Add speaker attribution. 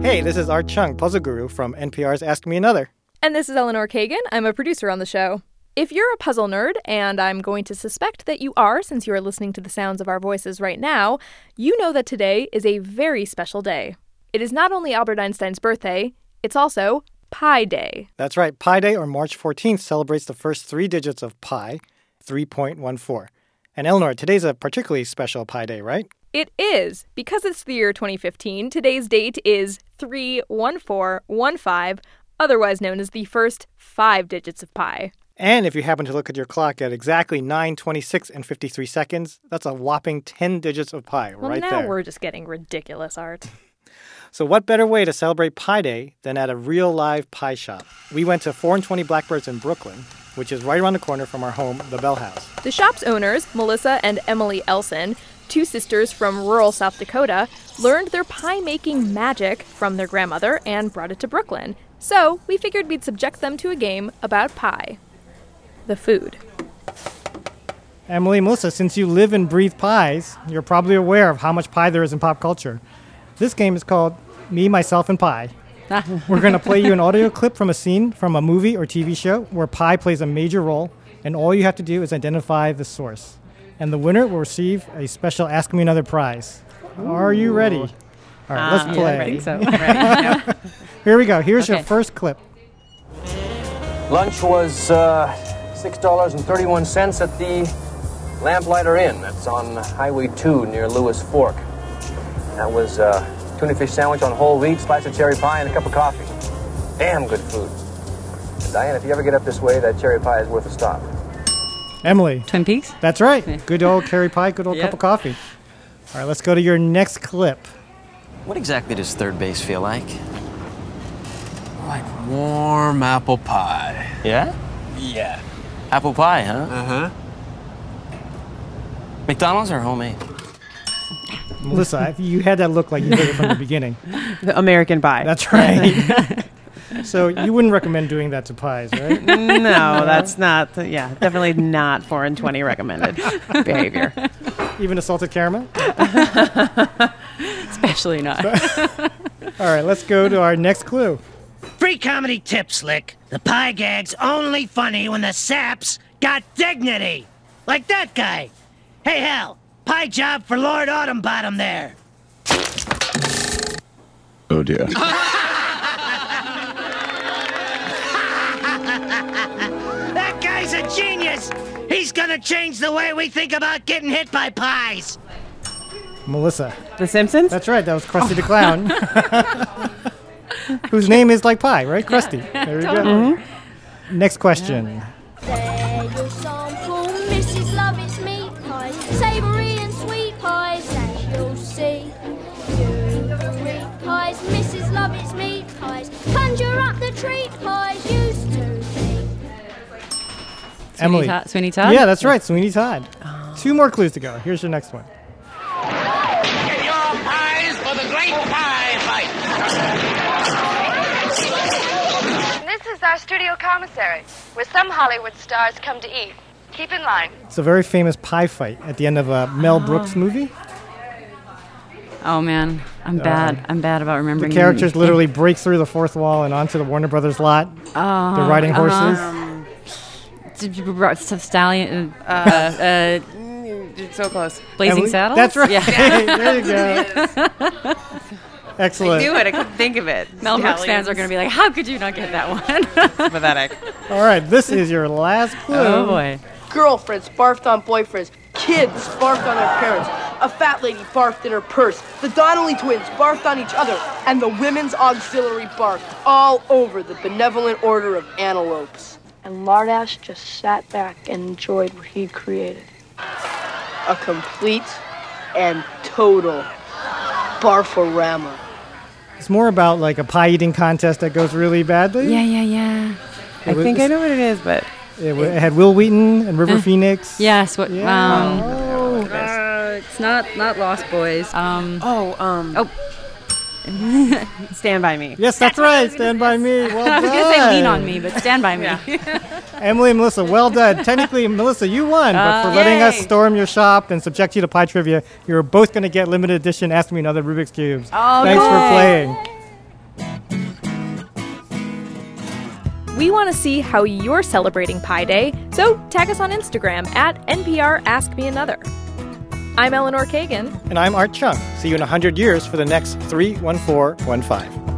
Speaker 1: Hey, this is Art Chung, Puzzle Guru from NPR's Ask Me Another.
Speaker 2: And this is Eleanor Kagan. I'm a producer on the show. If you're a puzzle nerd, and I'm going to suspect that you are since you are listening to the sounds of our voices right now, you know that today is a very special day. It is not only Albert Einstein's birthday, it's also Pi Day.
Speaker 1: That's right, Pi Day or March 14th celebrates the first three digits of pi, 3.14. And Eleanor, today's a particularly special Pi Day, right?
Speaker 2: It is. Because it's the year 2015, today's date is 31415, otherwise known as the first five digits of pi.
Speaker 1: And if you happen to look at your clock at exactly 9:26 and 53 seconds, that's a whopping 10 digits of pi
Speaker 2: Well,
Speaker 1: right
Speaker 2: now
Speaker 1: there.
Speaker 2: we're just getting ridiculous, Art.
Speaker 1: So what better way to celebrate Pi Day than at a real live pie shop? We went to 420 Blackbirds in Brooklyn, which is right around the corner from our home, the Bell House.
Speaker 2: The shop's owners, Melissa and Emily Elson, two sisters from rural South Dakota, learned their pie making magic from their grandmother and brought it to Brooklyn. So we figured we'd subject them to a game about pie. The food.
Speaker 1: Emily Melissa, since you live and breathe pies, you're probably aware of how much pie there is in pop culture. This game is called Me, Myself, and Pie. We're going to play you an audio clip from a scene from a movie or TV show where pie plays a major role, and all you have to do is identify the source. And the winner will receive a special Ask Me Another prize. Are you ready? All right,
Speaker 3: Ah,
Speaker 1: let's play.
Speaker 3: I think Um, so.
Speaker 1: Here we go. Here's your
Speaker 3: Okay.
Speaker 1: first clip.
Speaker 4: Lunch was uh, $6.31 at the Lamplighter Inn. That's on Highway 2 near Lewis Fork. That was uh, tuna fish sandwich on whole wheat, slice of cherry pie, and a cup of coffee. Damn good food. Diane, if you ever get up this way, that cherry pie is worth a stop.
Speaker 1: Emily.
Speaker 3: Twin Peaks?
Speaker 1: That's right. Good old curry pie, good old
Speaker 3: Yep.
Speaker 1: cup of coffee. All right, let's go to your next clip.
Speaker 5: What exactly does third base feel like?
Speaker 6: Like warm apple pie.
Speaker 5: Yeah?
Speaker 6: Yeah. Uh-huh.
Speaker 5: Apple pie, huh? Uh huh. McDonald's or homemade?
Speaker 1: Melissa, if you had that look like you did it from the beginning.
Speaker 3: The American Pie.
Speaker 1: That's right. so you wouldn't recommend doing that to pies, right?
Speaker 7: No, that's not. Yeah, definitely not four and twenty recommended behavior.
Speaker 1: Even a salted caramel?
Speaker 3: Especially not.
Speaker 1: All right, let's go to our next clue.
Speaker 8: Free comedy tip, Slick. The pie gag's only funny when the saps got dignity. Like that guy. Hey, hell, pie job for Lord Autumnbottom there.
Speaker 9: Oh dear.
Speaker 8: That guy's a genius. He's gonna change the way we think about getting hit by pies.
Speaker 1: Melissa.
Speaker 7: The Simpsons.
Speaker 1: That's right, that was Krusty the Clown. Whose name is like pie, right? Krusty. There we go. Next question.
Speaker 10: There you'll sample Mrs. Lovett's meat pies, savoury and sweet pies, and you'll see. You treat pies, Mrs. Lovett's meat pies, conjure up the treat pies used to be.
Speaker 1: Emily.
Speaker 3: Todd- Sweeney Todd? Oh.
Speaker 1: Yeah, that's right, Sweeney Todd. Two more clues to go. Here's your next one.
Speaker 8: Get your pies for the great pie fight.
Speaker 11: This is our studio commissary, where some Hollywood stars come to eat. Keep in line.
Speaker 1: It's a very famous pie fight at the end of a Mel Brooks movie.
Speaker 3: Oh, man. I'm bad. I'm bad about remembering.
Speaker 1: Characters literally break through the fourth wall and onto the Warner Brothers lot.
Speaker 3: Oh,
Speaker 1: They're riding
Speaker 3: uh-huh.
Speaker 1: horses.
Speaker 3: Stallion. Uh, uh,
Speaker 7: so close.
Speaker 3: Blazing
Speaker 1: Emily-
Speaker 3: Saddles?
Speaker 1: That's right.
Speaker 3: Yeah.
Speaker 1: there you go. Excellent.
Speaker 7: Knew it. I could think of it.
Speaker 3: Mel Brooks fans are going to be like, how could you not get that one?
Speaker 7: pathetic.
Speaker 1: All right, this is your last clue.
Speaker 3: oh, boy.
Speaker 11: Girlfriends barfed on boyfriends. Kids barfed on their parents. A fat lady barfed in her purse. The Donnelly twins barfed on each other. And the women's auxiliary barfed all over the benevolent order of antelopes. And Lardash just sat back and enjoyed what he created. A complete and total barforama.
Speaker 1: It's more about like a pie eating contest that goes really badly.
Speaker 3: Yeah, yeah, yeah.
Speaker 7: I
Speaker 1: was-
Speaker 7: think I know what it is, but
Speaker 1: It, w- it had Will Wheaton and
Speaker 3: Uh.
Speaker 1: River Phoenix.
Speaker 3: Yes. What, Um,
Speaker 1: Oh,
Speaker 6: It's not not Lost Boys.
Speaker 3: Um,
Speaker 7: oh, um,
Speaker 3: Oh.
Speaker 7: Oh. Stand by me.
Speaker 1: Yes, that's right. Stand by me. Well
Speaker 3: I was going to say lean on
Speaker 1: done.
Speaker 3: me, but stand by me.
Speaker 1: Emily and Melissa, well done. Technically, Melissa, you won, but for letting us
Speaker 3: Oh, Yay.
Speaker 1: storm your shop and subject you to
Speaker 3: Oh,
Speaker 1: pie trivia, you're both going to get limited edition Ask Me Another Rubik's Cubes. Thanks for playing.
Speaker 2: We want to see how you're celebrating Pi Day, so tag us on Instagram at NPR Ask Me Another. I'm Eleanor Kagan.
Speaker 1: And I'm Art Chung. See you in 100 years for the next 31415.